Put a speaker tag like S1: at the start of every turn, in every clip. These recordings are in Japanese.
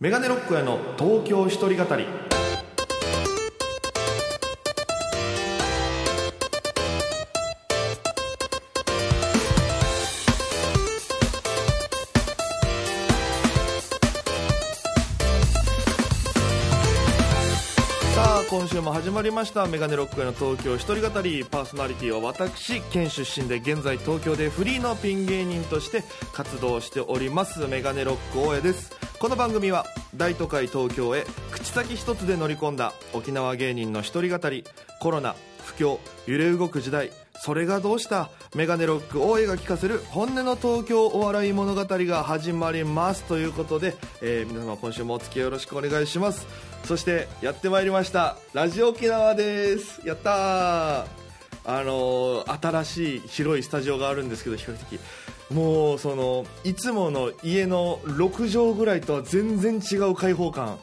S1: メガネロックへの東京一人語りさあ今週も始まりましたメガネロックへの東京一人語りパーソナリティは私県出身で現在東京でフリーのピン芸人として活動しておりますメガネロック大江ですこの番組は大都会東京へ口先一つで乗り込んだ沖縄芸人の一人語りコロナ不況揺れ動く時代それがどうしたメガネロック大江が聞かせる本音の東京お笑い物語が始まりますということで、えー皆様今週もお付き合いよろしくお願いしますそしてやってまいりましたラジオ沖縄ですやったーあのー新しい広いスタジオがあるんですけど比較的もうそのいつもの家の6畳ぐらいとは全然違う開放感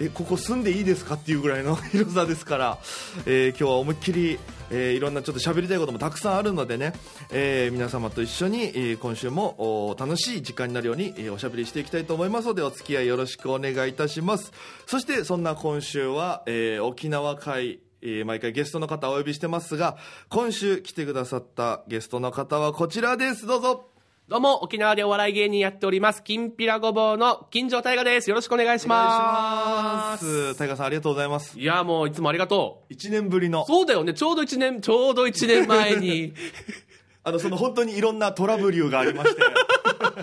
S1: えここ住んでいいですかっていうぐらいの 広さですから、えー今日は思いっきり、えーいろんなちょっと喋りたいこともたくさんあるのでね、えー皆様と一緒に、えー今週もお楽しい時間になるように、えーおしゃべりしていきたいと思いますのでお付き合いよろしくお願いいたしますそしてそんな今週は、えー沖縄会えー毎回ゲストの方をお呼びしてますが今週来てくださったゲストの方はこちらですどうぞ
S2: どうも、沖縄でお笑い芸人やっております、きんぴらごぼうの金城大河です。よろしくお願いし
S1: お願
S2: ま。
S1: いしますす。タイガーさんありがとうございます。
S2: いや、もういつもありがと
S1: 1年ぶりの
S2: う。、そうだよね、ちょうど一年、ちょうど一年前 に。
S1: あの、その本当にいろんなトラブルがありまして。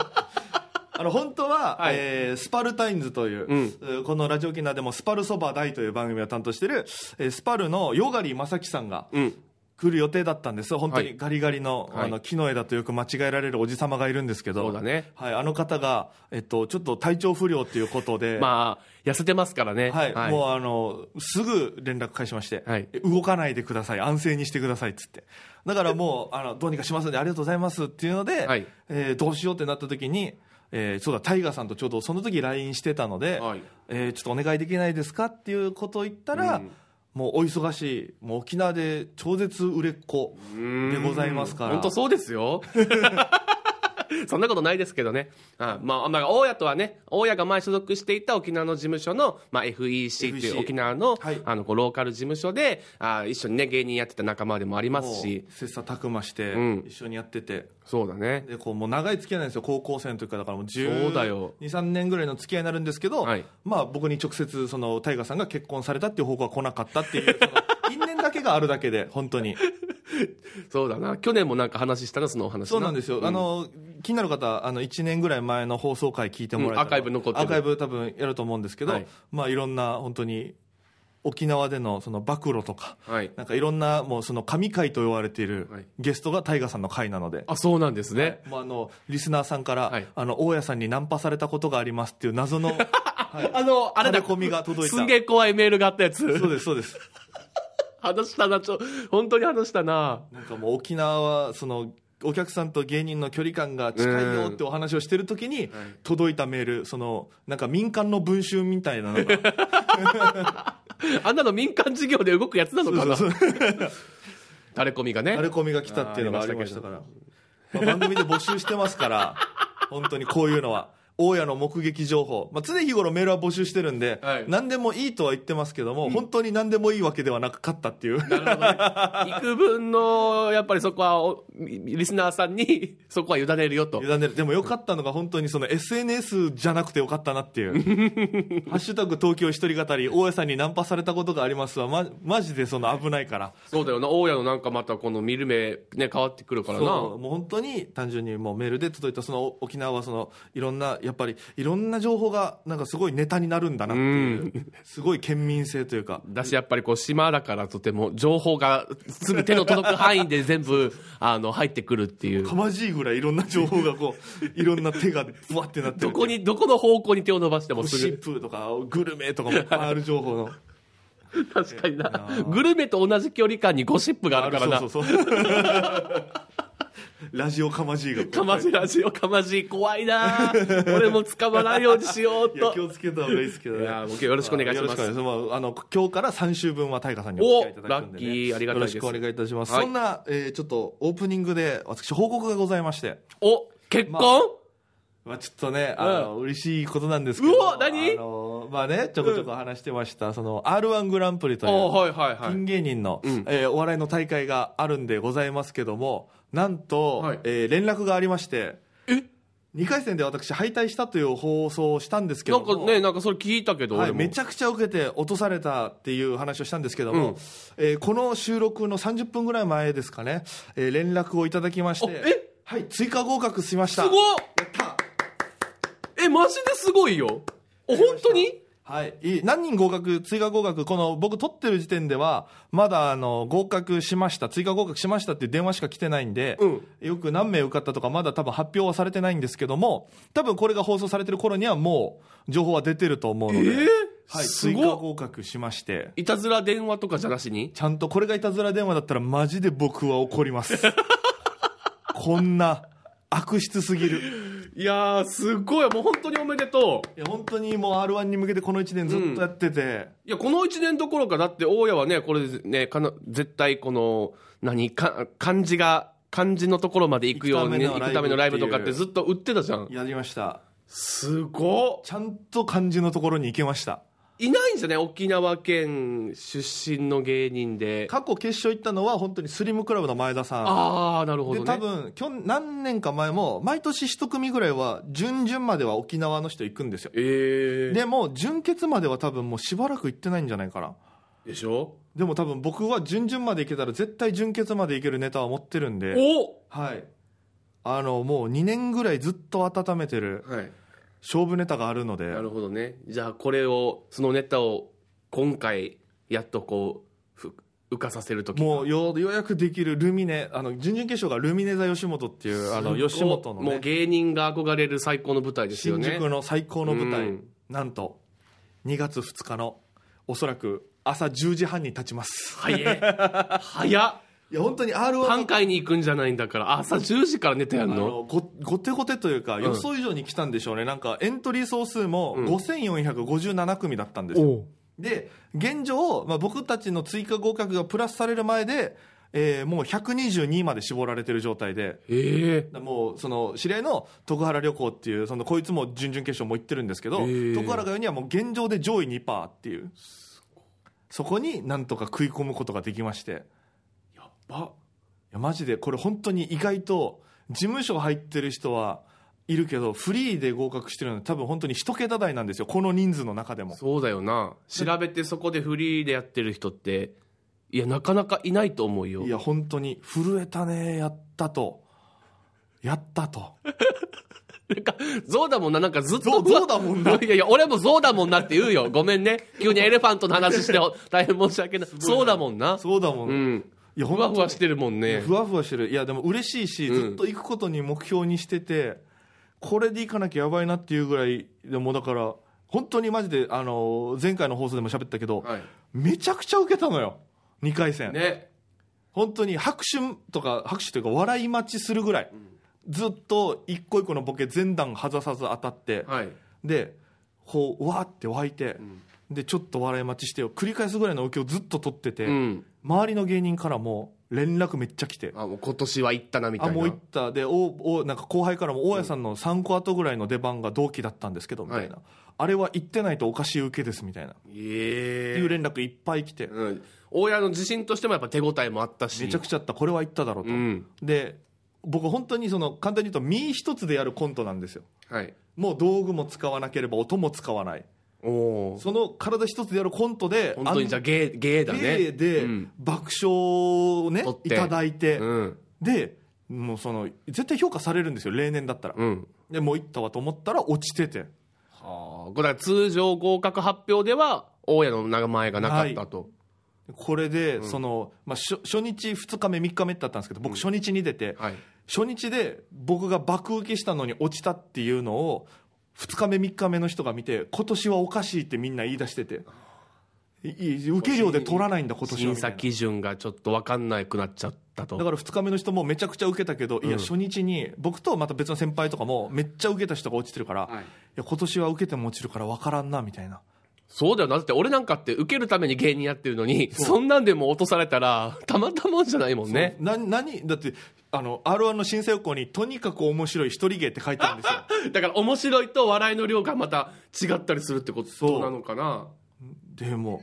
S1: あの本当は、
S2: はい
S1: えースパルタインズという、
S2: ん
S1: えーこのラジオ機能でも「スパルそば大」という番組を担当している、えースパルのヨガリ正樹さんが
S2: うん。
S1: 来る予定だったんです本当
S2: は
S1: に
S2: い
S1: ガリガリの,、
S2: はい
S1: あの木の枝とよく間違えられるおじ様がいるんですけど
S2: そうだね
S1: はい、あの方が、えっと、ちょっと体調不良ということで、
S2: まあ、痩せてますからね。
S1: はい、もうあの、すぐ連絡返しまして、
S2: はい
S1: え動かないでください、安静にしてくださいっつって。だからもう、あの、どうにかしますんでありがとうございますっていうので、
S2: はい
S1: えーどうしようってなった時に、えーそうだ、タイガーさんとちょうどその時 LINE してたので、
S2: はい
S1: えーちょっとお願いできないですかっていうことを言ったら、
S2: うん
S1: もうお忙しい、もう沖縄で超絶売れっ子でございますから。
S2: 本当そうで すよ。そんなことないですけどね。あまあ、まあ、大家とはね、大家が前所属していた沖縄の事務所の、まあ、FEC ってい
S1: FEC
S2: う沖縄の、
S1: はい
S2: あの、こうローカル事務所で、あ一緒にね、芸人やってた仲間でもありますし
S1: も。う切磋琢磨して、
S2: うん
S1: 一緒にやってて
S2: そうだね。
S1: でこうもう長い付き合いなんですよ高校生の時からだからもう
S2: そうだよ
S1: 123年ぐらいの付き合いになるんですけど、
S2: はい
S1: まあ、僕に直接そのタイガーさんが結婚されたっていう報告は来なかったっていうその因縁だけがあるだけで本当に
S2: そうだな。去年もなんか話したな、そのお話
S1: そうなんですよ、あ、の気になる方あの1年ぐらい前の放送回聞いてもらえたら、
S2: うんアーカイブ残ってる
S1: アーカイブ多分やると思うんですけど、
S2: はいい
S1: まあ、いろんな本当に沖縄でのその暴露とか。
S2: はい。
S1: なんかいろんなもうその神回と言われている
S2: はい
S1: ゲストがタイガーさんの回なので、
S2: あ、そうなんですね。
S1: もうあのリスナーさんから、
S2: はい
S1: あの大家さんにナンパされたことがありますっていう謎 のはい
S2: あの、あれ
S1: タレ
S2: だ。
S1: コミが届いた
S2: すげえ怖いメールがあったやつ。
S1: そうですそうです
S2: 話したな、ちょ、本当に話したな。
S1: なんかもう沖縄はそのお客さんと芸人の距離感が近いよってお話をしてる時に届いたメールそのなんか民間の文集みたいな のが
S2: あんなの民間事業で動くやつなのかな。
S1: そうそう
S2: タレコミがね
S1: タ。レコミが来たっていうのがありましたから、まあ番組で募集してますから 本当にこういうのは大家の目撃情報、まあ、常日頃メールは募集してるんで、
S2: はい
S1: 何でもいいとは言ってますけども、本当に何でもいいわけではなかったっていう
S2: 幾分の、やっぱりそこはお、リスナーさんに、そこは委ねるよと。
S1: 委ねるでもよかったのが本当にその SNS じゃなくてよかったなって いう「ハッシュタグ東京一人語り大家さんにナンパされたことがありますわ」まマジでその危ないから
S2: そうだよな。大家のなんかまたこの見る目、ね、変わってくるから
S1: そ
S2: な
S1: う。もう本当に単純にもうメールで届いたその沖縄はそのいろんなやっぱりいろんな情報がなんかすごいネタになるんだなっていうすごい県民性というか
S2: だし、やっぱりこう、島だからとても、情報がすぐ手の届く範囲で 全部、あの、入ってくるっていう
S1: か。まじいぐらいいろんな情報がこ ういろんな手がぶわってなってる
S2: どこに、どこの方向に手を伸ばしてもす
S1: シ
S2: ぐ
S1: ッ。プとかグルメと かもいっぱいある情報の
S2: 確かにな。グルメと同じ距離感にゴシップがあるからな。
S1: そうそう そうラジオかまじいが
S2: かまじラジオかまじい怖い な俺も捕まらないようにしよう
S1: いや
S2: と
S1: 気をつけた方がいいですけどね
S2: いやもう今日よろしくお願いします
S1: よろくお願いしますまああの今日から3週分は大河さんにお付き合いいただくんで、ね、
S2: おラッキーありがたいです
S1: よろしくお願いいたします、
S2: はい
S1: そんな、えーちょっとオープニングで私報告がございまして
S2: お結婚、
S1: まあまあ、ちょっとね、あの、嬉しいことなんですけ
S2: う
S1: ど。
S2: お何
S1: あの、まあね、ちょこちょこ話してました、その、R1 グランプリと
S2: お
S1: いう、
S2: はいはいは
S1: ピン
S2: い。
S1: 芸人の、
S2: うん
S1: えーお笑いの大会があるんでございますけども、なんと、
S2: はい
S1: えー連絡がありまして、
S2: え
S1: 2回戦で私敗退したという放送をしたんですけ
S2: な
S1: ど
S2: ん
S1: も
S2: かね、なんかそれ聞いたけど、
S1: はい、
S2: 俺も
S1: めちゃくちゃ受けて落とされたっていう話をしたんですけども、
S2: うん
S1: えーこの収録の30分ぐらい前ですかね、えー連絡をいただきまし
S2: あ
S1: て
S2: え
S1: はい、追加合格しました
S2: すごっ
S1: やった
S2: え、マジですごいよ。お、本当に
S1: はい、いい何人合格追加合格この僕取ってる時点ではまだあの合格しました追加合格しましたっていう電話しか来てないんで、
S2: うん
S1: よく何名受かったとかまだ多分発表はされてないんですけども多分これが放送されてる頃にはもう情報は出てると思う
S2: え
S1: ので、
S2: ー
S1: はい、
S2: す
S1: 追加
S2: ごっ
S1: 合格しまして
S2: いたずら電話とかじゃなしに
S1: ちゃんとこれがいたずら電話だったらマジで僕は怒ります こんな悪質すぎる
S2: いやー、すごい。もう本当におめでとう。
S1: いや本当にもう r 1に向けてこの1年ずっとやってて、
S2: いや、この1年どころか、だって、大家はね、これね、かな絶対この、何、か漢字が、漢字のところまで行くようにね、
S1: 行
S2: 行
S1: く
S2: く
S1: た
S2: た
S1: めの
S2: めの
S1: ラ
S2: ラ
S1: イ
S2: イ
S1: ブ
S2: ブ
S1: と
S2: と
S1: か
S2: か
S1: っ
S2: っててずっと売ってたじゃん。
S1: やりました
S2: すごっ
S1: ちゃんと漢字のところに行けました
S2: いないんですよね、沖縄県出身の芸人で。
S1: 過去決勝行ったのは本当にスリムクラブの前田さん
S2: ああ、なるほど
S1: で
S2: ね。
S1: 多分きょん何年か前も毎年一組ぐらいは準々までは沖縄の人行くんですよ
S2: えー、で
S1: でも準決までは多分もうしばらく行ってないんじゃないかな
S2: しょ
S1: でも多分僕は準々まで行けたら絶対準決まで行けるネタは持ってるんで
S2: お
S1: はいあのもう2年ぐらいずっと温めてる
S2: はい。
S1: 勝負ネタがあるので
S2: なるほどね。じゃあ、これを、そのネタを、今回、やっとこう、ふ浮かさせるとき。
S1: もうようようやくできるルミネあの準々決勝がルミネ座吉本っていうあの吉本の
S2: もう
S1: ね
S2: 芸人が憧れる最高の舞台ですよ
S1: 新
S2: ね。
S1: 宿の最高の舞台、
S2: うん
S1: なんと2月2日のおそらく朝10時半に立ちます
S2: 早え。早っ。
S1: いや本当に r
S2: パ
S1: 1
S2: ン会に行くんじゃないんだから、朝10時から寝てや
S1: あ
S2: んの
S1: のごごてごてというか
S2: ん
S1: 予想以上に来たんでしょうね、なんかエントリー総数も
S2: うん
S1: 5457組だったんですよ、
S2: お
S1: で現状、まあ、僕たちの追加合格がプラスされる前で、えーもう122まで絞られてる状態で
S2: ええ
S1: だからもうその知り合いの徳原旅行っていうそのこいつも準々決勝も行ってるんですけど、
S2: へー
S1: 徳原が言うにはもう現状で上位2%っていうそこになんとか食い込むことができましてい
S2: やば。
S1: やマジでこれ本当に意外と事務所入ってる人はいるけどフリーで合格してるのは多分本当に一桁台なんですよこの人数の中でも
S2: そうだよな。調べてそこでフリーでやってる人って、いや、なかなかいないと思うよ。
S1: いや本当に震えたねやったとやったと
S2: なんか、ゾウだもんな、なんかずっと
S1: ゾウ
S2: ぶわ
S1: ゾウだもんな
S2: いやいや、俺もゾウだもんなって言うよ。ごめんね。急にエレファントの話して、大変申し訳ない。そうだもんな。
S1: そうだもん、
S2: う
S1: い
S2: ん。
S1: や
S2: ふ
S1: 本
S2: わ
S1: 当
S2: ふ
S1: に
S2: わしてるもんね。
S1: ふわふわしてるいやでも嬉しいし、
S2: うん
S1: ずっと行くことに目標にしててこれで行かなきゃやばいなっていうぐらいでもだから本当にマジであの前回の放送でも喋ったけど、
S2: はい。
S1: めちゃくちゃ受けたのよ2回戦、
S2: ね。
S1: 本当に拍手とか拍手というか笑い待ちするぐらい、ずっと一個一個のボケ全段外さず当たって、
S2: はい。
S1: でこううわーって湧いて、でちょっと笑い待ちしてよ繰り返すぐらいの受けをずっと取ってて、
S2: うん。
S1: 周りの芸人からも連絡めっちゃ来て
S2: あ、もう今年は行ったな、みたい
S1: あ
S2: な。
S1: もう行ったでおおなんか後輩からも大家さんの3個後ぐらいの出番が同期だったんですけどみたいな、
S2: は
S1: あれは行ってないとおかしい受けですみたいな、
S2: え
S1: っていう連絡いっぱい来て、
S2: うん。大家の自信としてもやっぱ手応えもあったし。
S1: めちゃくちゃあったこれは行っただろうと、
S2: うん。
S1: で僕本当にその簡単に言うと身一つでやるコントなんですよ
S2: はい。
S1: もう道具も使わなければ音も使わない
S2: おお。
S1: その体一つでやるコントで
S2: 本当にじゃあ芸、芸だね。
S1: 例で
S2: うん。
S1: 爆笑をね、
S2: 取っ
S1: い
S2: て
S1: ただいて、
S2: うん。
S1: でもうその絶対評価されるんですよ例年だったら、
S2: うん。
S1: でもう行ったわと思ったら落ちてて
S2: はあ。これだから通常合格発表では、大家の名前がなかったと。
S1: これでその、まあ、初初日2日目3日目ってあったんですけど僕初日に出て、
S2: はい。
S1: 初日で僕が爆受けしたのに落ちたっていうのを2日目3日目の人が見て今年はおかしいってみんな言い出してていい受け量で取らないんだ今年は
S2: 審
S1: みたい
S2: 査
S1: な
S2: 基準がちょっと分かんなくなっちゃったと。
S1: だから2日目の人もめちゃくちゃ受けたけど、いや初日に僕とまた別の先輩とかもめっちゃ受けた人が落ちてるから、
S2: はい
S1: いや今年は受けても落ちるから分からんなみたいな
S2: そうだよな。だって俺なんかって受けるために芸人やってるのに、そんなんでも落とされたら、たまったもんじゃないもんね。
S1: な何だってあの r 1の新生校にとにかく面白い一人芸って書いてあるんですよ
S2: だから面白いと笑いの量がまた違ったりするってことなのかな。
S1: でも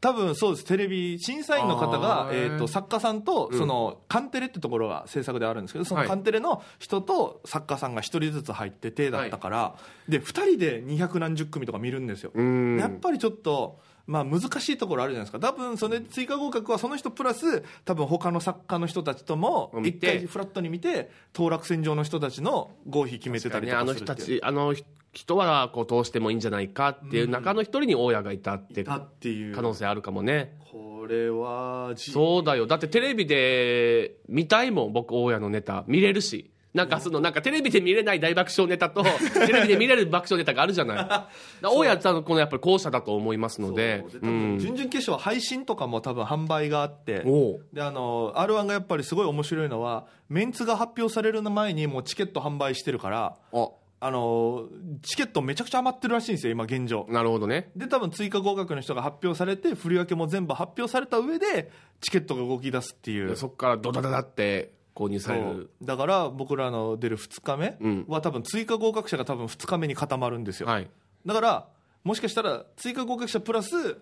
S1: 多分そうですテレビ審査員の方が
S2: あ、ー
S1: えー、と作家さんと
S2: うん
S1: その、カンテレってところが制作であるんですけどその
S2: はい
S1: カンテレの人と作家さんが一人ずつ入っててだったから、で二人で二百何十組とか見るんですよ、
S2: うん。
S1: やっぱりちょっと、まあ、難しいところあるじゃないですか多分それ追加合格はその人プラス多分他の作家の人たちとも
S2: 見
S1: 一
S2: て
S1: 回フラットに見て当落選上の人たちの合否決めてたりと
S2: ね、あ
S1: か
S2: の
S1: す
S2: 人
S1: る
S2: た
S1: っていう
S2: ちあの人はこう通してもいいんじゃないかっていう中の一人に大家がいたって
S1: いたっていう
S2: 可能性あるかもね
S1: これはじ
S2: そうだよだってテレビで見たいもん僕大家のネタ見れるしなんかそのなんかテレビで見れない大爆笑ネタ とテレビで見れる爆笑ネタがあるじゃないだから大家さんのこのやっぱり後者だと思いますので
S1: そうで多
S2: う
S1: 分
S2: ん
S1: 準々決勝は配信とかも多分販売があって
S2: おう
S1: であの r 1がやっぱりすごい面白いのはメンツが発表される前にもうチケット販売してるから
S2: あ
S1: あのチケットめちゃくちゃ余ってるらしいんですよ今現状
S2: なるほどね
S1: で多分追加合格の人が発表されて振り分けも全部発表された上でチケットが動き出すっていう
S2: そっからドダダダって購入され
S1: そう
S2: る
S1: だから僕らの出る2日目
S2: うん
S1: は多分追加合格者が多分2日目に固まるんですよ、
S2: はい
S1: だからもしかしたら追加合格者プラス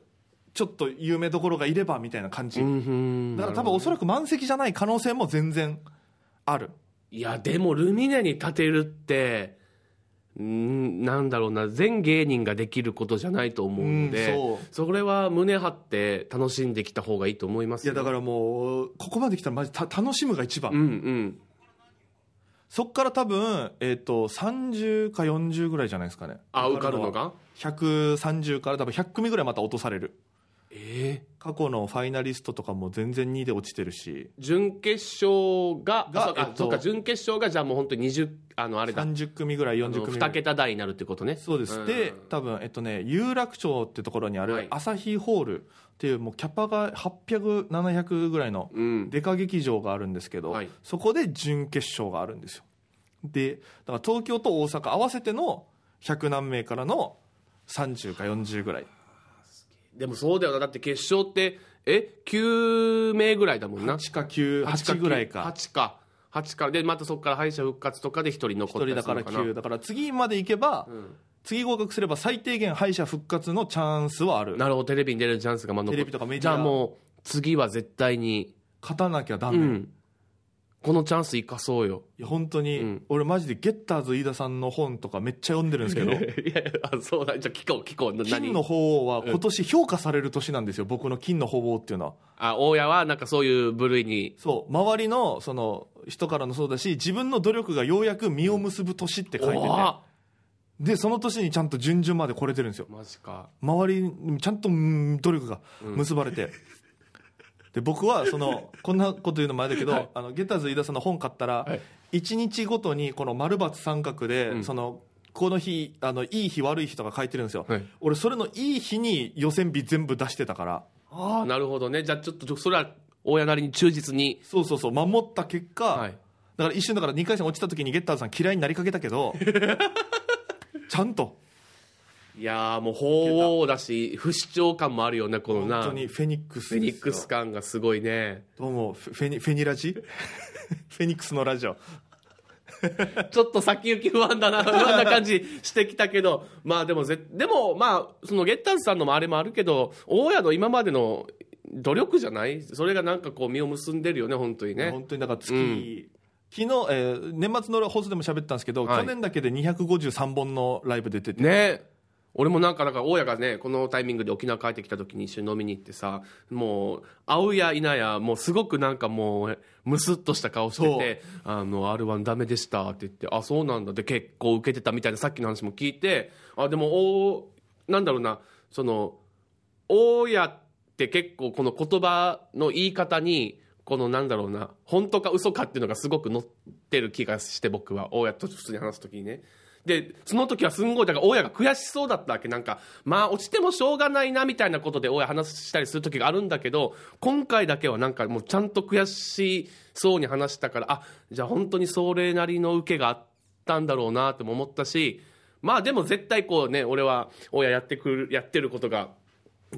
S1: ちょっと有名どころがいればみたいな感じ、
S2: うんうん
S1: だから多分おそらく満席じゃない可能性も全然ある
S2: いや、でもルミネに立てるって、んなんだろうな、全芸人ができることじゃないと思うので、
S1: うん
S2: それは胸張って楽しんできた方がいいと思います
S1: いや
S2: よ
S1: だからもうここまで来たらマジた楽しむが一番、
S2: うんうん。
S1: そっから多分、えー、と30か40ぐらいじゃないですかね
S2: あ、受かるのが
S1: 130から多分100組ぐらいまた落とされる
S2: ええ
S1: 過去のファイナリストとかも全然2で落ちてるし
S2: 準決勝が、
S1: が
S2: あそうか
S1: えっと
S2: そうか、準決勝が、じゃあもう本当に20、あの、あれだ、あ
S1: 30組ぐらい40
S2: の
S1: 組ぐら
S2: 2
S1: い
S2: 桁台になるってことね。
S1: そうです、
S2: ん
S1: で多分えっとね有楽町ってところにあ
S2: は
S1: る
S2: い
S1: 朝日ホールっていうもうキャパが800700ぐらいの
S2: うん。
S1: デカ劇場があるんですけど、
S2: はい
S1: そこで準決勝があるんですよでだから東京と大阪合わせての100何名からの30か40ぐらい
S2: でもそうだよな、だって決勝って、え、9名ぐらいだもんな。
S1: 8か98ぐらいか
S2: 8か8かでまたそこから敗者復活とかで1人
S1: 1
S2: 残った
S1: 人
S2: り
S1: だ
S2: す
S1: か
S2: る
S1: ら
S2: のかな
S1: 9だから次まで行けば、次合格すれば最低限敗者復活のチャンスはある
S2: なるほどテレビに出るチャンスがまあ残
S1: テレビとかメディア
S2: じゃあもう次は絶対に
S1: 勝たなきゃダ
S2: う
S1: メ、
S2: んこのチャンス生かそうよ
S1: いや本当に、
S2: うん
S1: 俺マジでゲッターズ飯田さんの本とかめっちゃ読んでるんですけど
S2: いやいやそうだじゃあ聞こう聞こうな
S1: 金の鳳凰は今年評価される年なんですよ、僕の金の鳳凰っていうのは
S2: あ大家はなんかそういう部類に
S1: そう周りのその人からのそうだし自分の努力がようやく実を結ぶ年って書いてて、
S2: おー
S1: でその年にちゃんと順々まで来れてるんですよ
S2: マジか
S1: 周りにちゃんとうん努力が結ばれて、で僕はそのこんなこと言うの前だけど、
S2: はい
S1: あのゲッターズ飯田さんの本買ったら、
S2: はい
S1: 1日ごとにこの丸×三角で、
S2: ん
S1: そのこの日あのいい日悪い日とか書いてるんですよ、
S2: はい
S1: 俺それのいい日に予選日全部出してたから
S2: あなるほどねじゃあちょっとそれは大家なりに忠実に
S1: そうそうそう守った結果、
S2: はい
S1: だから一瞬だから2回戦落ちた時にゲッターズさん嫌いになりかけたけ どちゃんと
S2: いやーもう法王だし不死鳥感もあるよねこのな
S1: 本当にフェニックス
S2: フェニックス
S1: か
S2: 感がすごいね
S1: どうもフェフェニフェニラジ フェニックスのラジオ
S2: ちょっと先行き不安だな、不安な感じしてきたけど、 まあでもぜ、でも、まあ、そのゲッタンスさんのもあれもあるけど、大家の今までの努力じゃないそれがなんかこう、実を結んでるよね、本当にね。
S1: 本当にだから月、
S2: うん
S1: 昨日、えー年末の放送でも喋ったんですけど、
S2: はい
S1: 去年だけで253本のライブ出てて、
S2: ね俺もなんか、だから、大家がね、このタイミングで沖縄帰ってきた時に一緒に飲みに行ってさ、もう、会うや否や、もうすごくなんかもう、むすっとした顔してて、あの、R1 ダメでしたって言って、あ、そうなんだって結構受けてたみたいなさっきの話も聞いて、あ、でも、おなんだろうな、その、大家って結構この言葉の言い方にこのなんだろうな本当か嘘かっていうのがすごく載ってる気がして僕は大家と普通に話す時にねでその時はすんごいだから大家が悔しそうだったわけなんかまあ落ちてもしょうがないなみたいなことで大家話したりする時があるんだけど今回だけはなんかもうちゃんと悔しそうに話したからあじゃあ本当にそれなりの受けがあったんだろうなっても思ったしままあでも絶対こうね、俺は親やってくる、やってることが、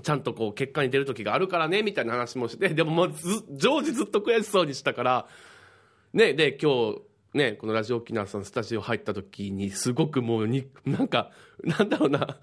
S2: ちゃんとこう結果に出る時があるからね、みたいな話もして、でももうず、常時ずっと悔しそうにしたから、ね、で、今日、ね、このラジオ沖縄さんスタジオ入った時に、すごくもうに、なんか、なんだろうな、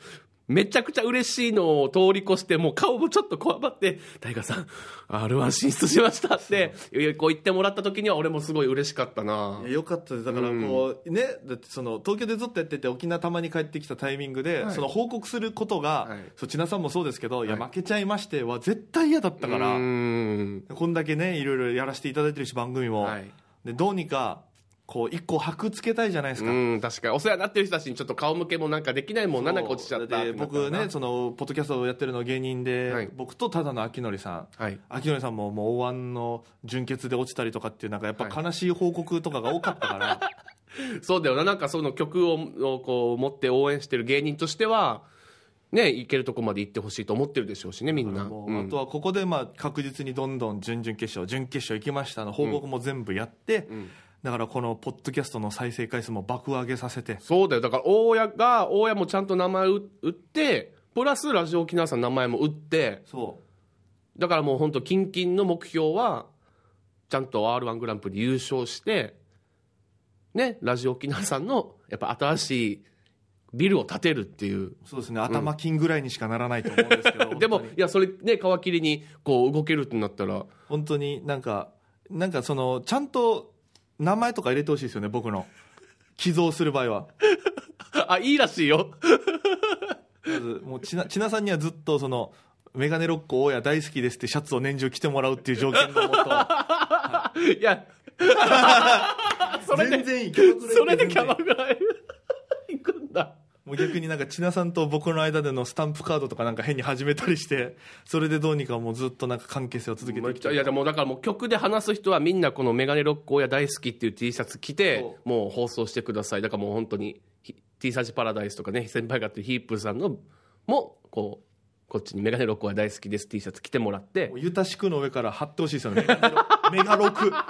S2: めちゃくちゃ嬉しいのを通り越して、もう顔もちょっとこわばって、大河さん、R1 進出しましたって、こう言ってもらった時には俺もすごい嬉しかったない
S1: や。よかったですだからこう、ねだってその東京でずっとやってて沖縄たまに帰ってきたタイミングで、
S2: はい
S1: その報告することが、
S2: はい
S1: そう千奈さんもそうですけど、い、や
S2: はい
S1: 負けちゃいましては絶対嫌だったから、
S2: うん
S1: こんだけねいろいろやらせていただいてるし番組も、
S2: はい
S1: でどうにかこう一個箔つけたいじゃないですか、
S2: うん、確かに。お世話になってる人たちにちょっと顔向けもなんかできないもんな、なんか落ちちゃったって
S1: で
S2: なった
S1: 僕
S2: らな
S1: ねそのポッドキャストをやってるの芸人で、
S2: はい
S1: 僕とただの秋典さん
S2: はい。
S1: 秋典さんももうお椀の純血で落ちたりとかっていうなんかやっぱ
S2: は
S1: 悲しい報告とかが多かったから、
S2: そうだよな、なんかその曲ををこう持って応援してる芸人としては、ね、行けるとこまで行ってほしいと思ってるでしょうしね、みん な。
S1: も
S2: う
S1: うんあとはここでまあ確実にどんどん準々決勝準決勝行きましたの報告も全部やって、だからこのポッドキャストの再生回数も爆上げさせて
S2: そうだよ。だから、大家が、大家もちゃんと名前を売って、プラスラジオ沖縄さんの名前も売って、
S1: そ
S2: だからもう本当近々の目標は、ちゃんと R1 グランプリ優勝して、ね、ラジオ沖縄さんの、やっぱ新しいビルを建てるっていう。
S1: うそうですね頭金ぐらいにしかならないと思うんですけど
S2: でも、いや、それね、皮切りに、こう、動けるってなったら、
S1: 本当になんかなんかそのちゃんと名前とか入れてほしいですよね僕の寄贈する場合は
S2: あ、いいらしいよ。
S1: まずもうちなちなさんにはずっとそのメガネロッコ大家大好きですってシャツを年中着てもらうっていう条件のもと
S2: いや、 それ
S1: 全
S2: で、
S1: 然いい
S2: それでキャバクラへ行くんだ。
S1: もう逆になんか千奈さんと僕の間でのスタンプカードとかなんか変に始めたりしてそれでどうにかもうずっとなんか関係性を続けていきたい
S2: いや、でもだからもう曲で話す人はみんなこのメガネロックや大好きっていう T シャツ着て
S1: そ、
S2: もう放送してください。だからもう本当に、ひ T サージパラダイスとかね、先輩がやってるヒープーさんの、も、こう、こっちにメガネロックや大好きです T シャツ着てもらって
S1: もう、ゆたしくの上から貼ってほしいですよねメガロメガロク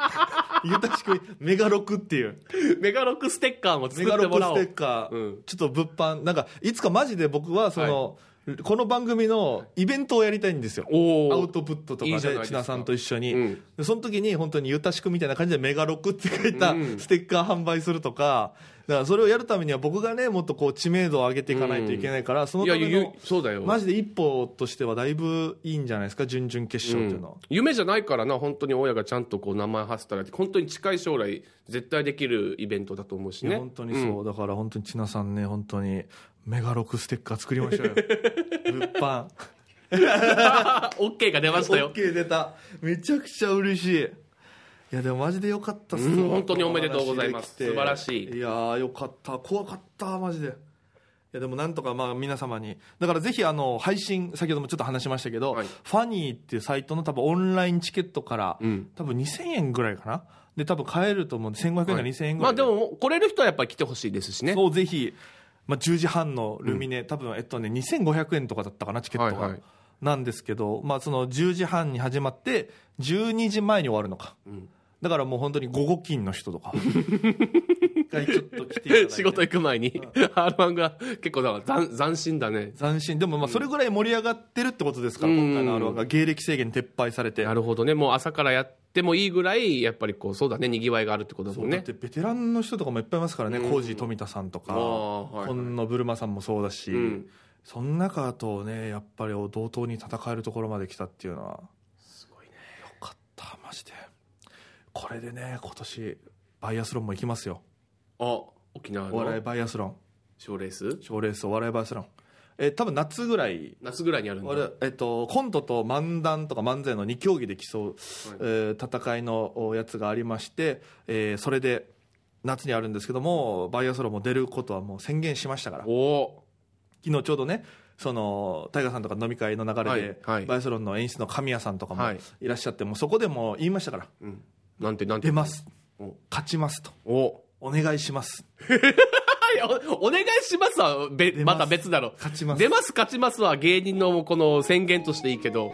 S1: ゆたしくメガロクっていう
S2: メガロックステッカーも作
S1: メガ
S2: って
S1: ロ
S2: も
S1: ク
S2: ら
S1: ス
S2: お
S1: テ
S2: う
S1: ッ。カー、
S2: うん
S1: ちょっと物販なんかいつかマジで僕はその、この番組のイベントをやりたいんですよ
S2: おー
S1: アウトプットとか
S2: いい
S1: で
S2: じゃないです
S1: 千
S2: か
S1: 奈さんと一緒に、
S2: うん
S1: でその時に本当に「ゆたしく」みたいな感じで「メガロク」って書いた
S2: うん
S1: ステッカー販売するとかだからそれをやるためには僕がねもっとこう知名度を上げていかないといけないから、その
S2: い
S1: た
S2: や、
S1: め
S2: ゆゆ
S1: の
S2: そうだよ。
S1: マジで一歩としてはだいぶいいんじゃないですか準々決勝っていうのは、
S2: 夢じゃないからな本当に親がちゃんとこう名前はせたらって本当に近い将来絶対できるイベントだと思うし
S1: い
S2: ね
S1: や本 当にそう、だから本当に千奈さんね本当にメガロクステッカー作りましょう よ物販
S2: あ OK が出ましたよ
S1: OK 出ためちゃくちゃ嬉しいいやでもマジでよかったっす
S2: うん本当におめでとうございます
S1: この話できて
S2: 素晴らしい
S1: いやーよかった怖かったマジでいやでもなんとかまあ皆様にだからぜひあの配信先ほどもちょっと話しましたけど、
S2: はい
S1: ファニーっていうサイトの多分オンラインチケットから、
S2: うん
S1: 多分2000円ぐらいかなで多分買えると思うんで1500円か
S2: はい
S1: 2000円ぐ
S2: ま
S1: ら
S2: あ
S1: い
S2: で
S1: で、
S2: も来れる人はやっぱり来てほしいですしね
S1: そうぜひ、まあ、10時半のルミネ、多分えっとね2500円とかだったかなチケットが、
S2: はいはい
S1: なんですけど、まあ、その10時半に始まって12時前に終わるのか、
S2: ん
S1: だからもう本当に午後勤の人 とか一回ちょっと来ていただいて
S2: 仕事行く前に R1 が結構だから斬斬新だね
S1: 斬新でもまあそれぐらい盛り上がってるってことですから、
S2: うん
S1: 今回の r 1が芸歴制限撤廃されて、
S2: なるほどねもう朝からやってもいいぐらいやっぱりこうそうだねにぎわいがあるってことだもん
S1: だっ
S2: ね
S1: てベテランの人とかもいっぱいいますからね、コージー富田さんとか、
S2: ああはいはい
S1: 今野ブルマさんもそうだし、
S2: ん
S1: その中とねやっぱり同等に戦えるところまで来たっていうのは
S2: すごいね
S1: よかったマジでこれでね今年バイアスロンも行きますよ
S2: あ沖縄
S1: お笑い
S2: の
S1: バイアスロン
S2: 賞レース
S1: 賞レースお笑いバイアスロンえ多分夏ぐらい
S2: 夏ぐらいにあるんだ
S1: 俺、えっと、コントと漫談とか漫才の2競技で競う、えー戦いのおやつがありまして、えーそれで夏にあるんですけどもバイアスロンも出ることはもう宣言しましたから
S2: おお
S1: 昨日ちょうどねそのタイガーさんとか飲み会の流れで、
S2: はいはい
S1: バイアスロンの演出の神谷さんとかも
S2: はい
S1: いらっしゃって、もうそこでもう言いましたから
S2: ーうんなんてなんて
S1: 出ます
S2: お
S1: 勝ちますと
S2: お
S1: お願いします
S2: いやおお願いしますはべ
S1: ます
S2: また別だろ
S1: 勝ちます
S2: 出ます勝ちますは芸人のこの宣言としていいけど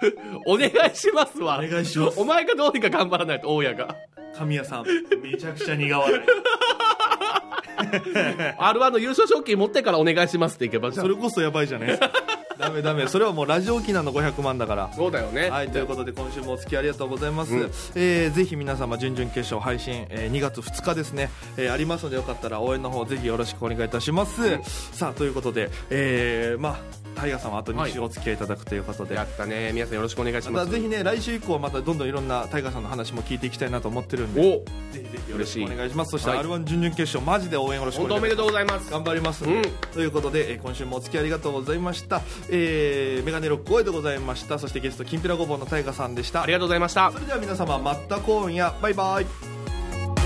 S2: お願いしますは
S1: お願いします
S2: お前がどうにか頑張らないと大家が
S1: 神谷さんめちゃくちゃ苦笑い
S2: R1 の優勝賞金持ってからお願いしますっていけば、じゃあ
S1: それこそやばいじゃないですかダメダメそれはもうラジオ機能の500万だから
S2: そうだよね。
S1: はいということで今週もお付き合いありがとうございます、
S2: うん
S1: えーぜひ皆様準々決勝配信、えー2月2日ですね、えーありますのでよかったら応援の方ぜひよろしくお願いいたします、さあということで、えーまあタイガーさんはあと2週お付き合いいただくということで、
S2: やったね。皆さんよろしくお願いし
S1: ま
S2: ま
S1: た
S2: す。
S1: ぜひね来週以降はまたどんどんいろんなタイガーさんの話も聞いていきたいなと思ってるんで
S2: お
S1: ぜひぜひよろ
S2: 嬉
S1: し
S2: しい
S1: くお願いしますそして
S2: はい
S1: r 1準々決勝マジで応援よろしくお
S2: 本当
S1: 願いします
S2: おめでとうございます。
S1: 頑張りますんで、
S2: うん
S1: ということで、えー今週もお付き合いありがとうございました、えー、メガネロック声でございましたそしてゲストきんぴらごぼうのタイガさんでした
S2: ありがとうございました
S1: そ。れでは皆様また今夜バイバイ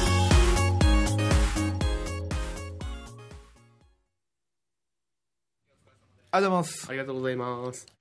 S1: ありがとうございます
S2: ありがとうございます。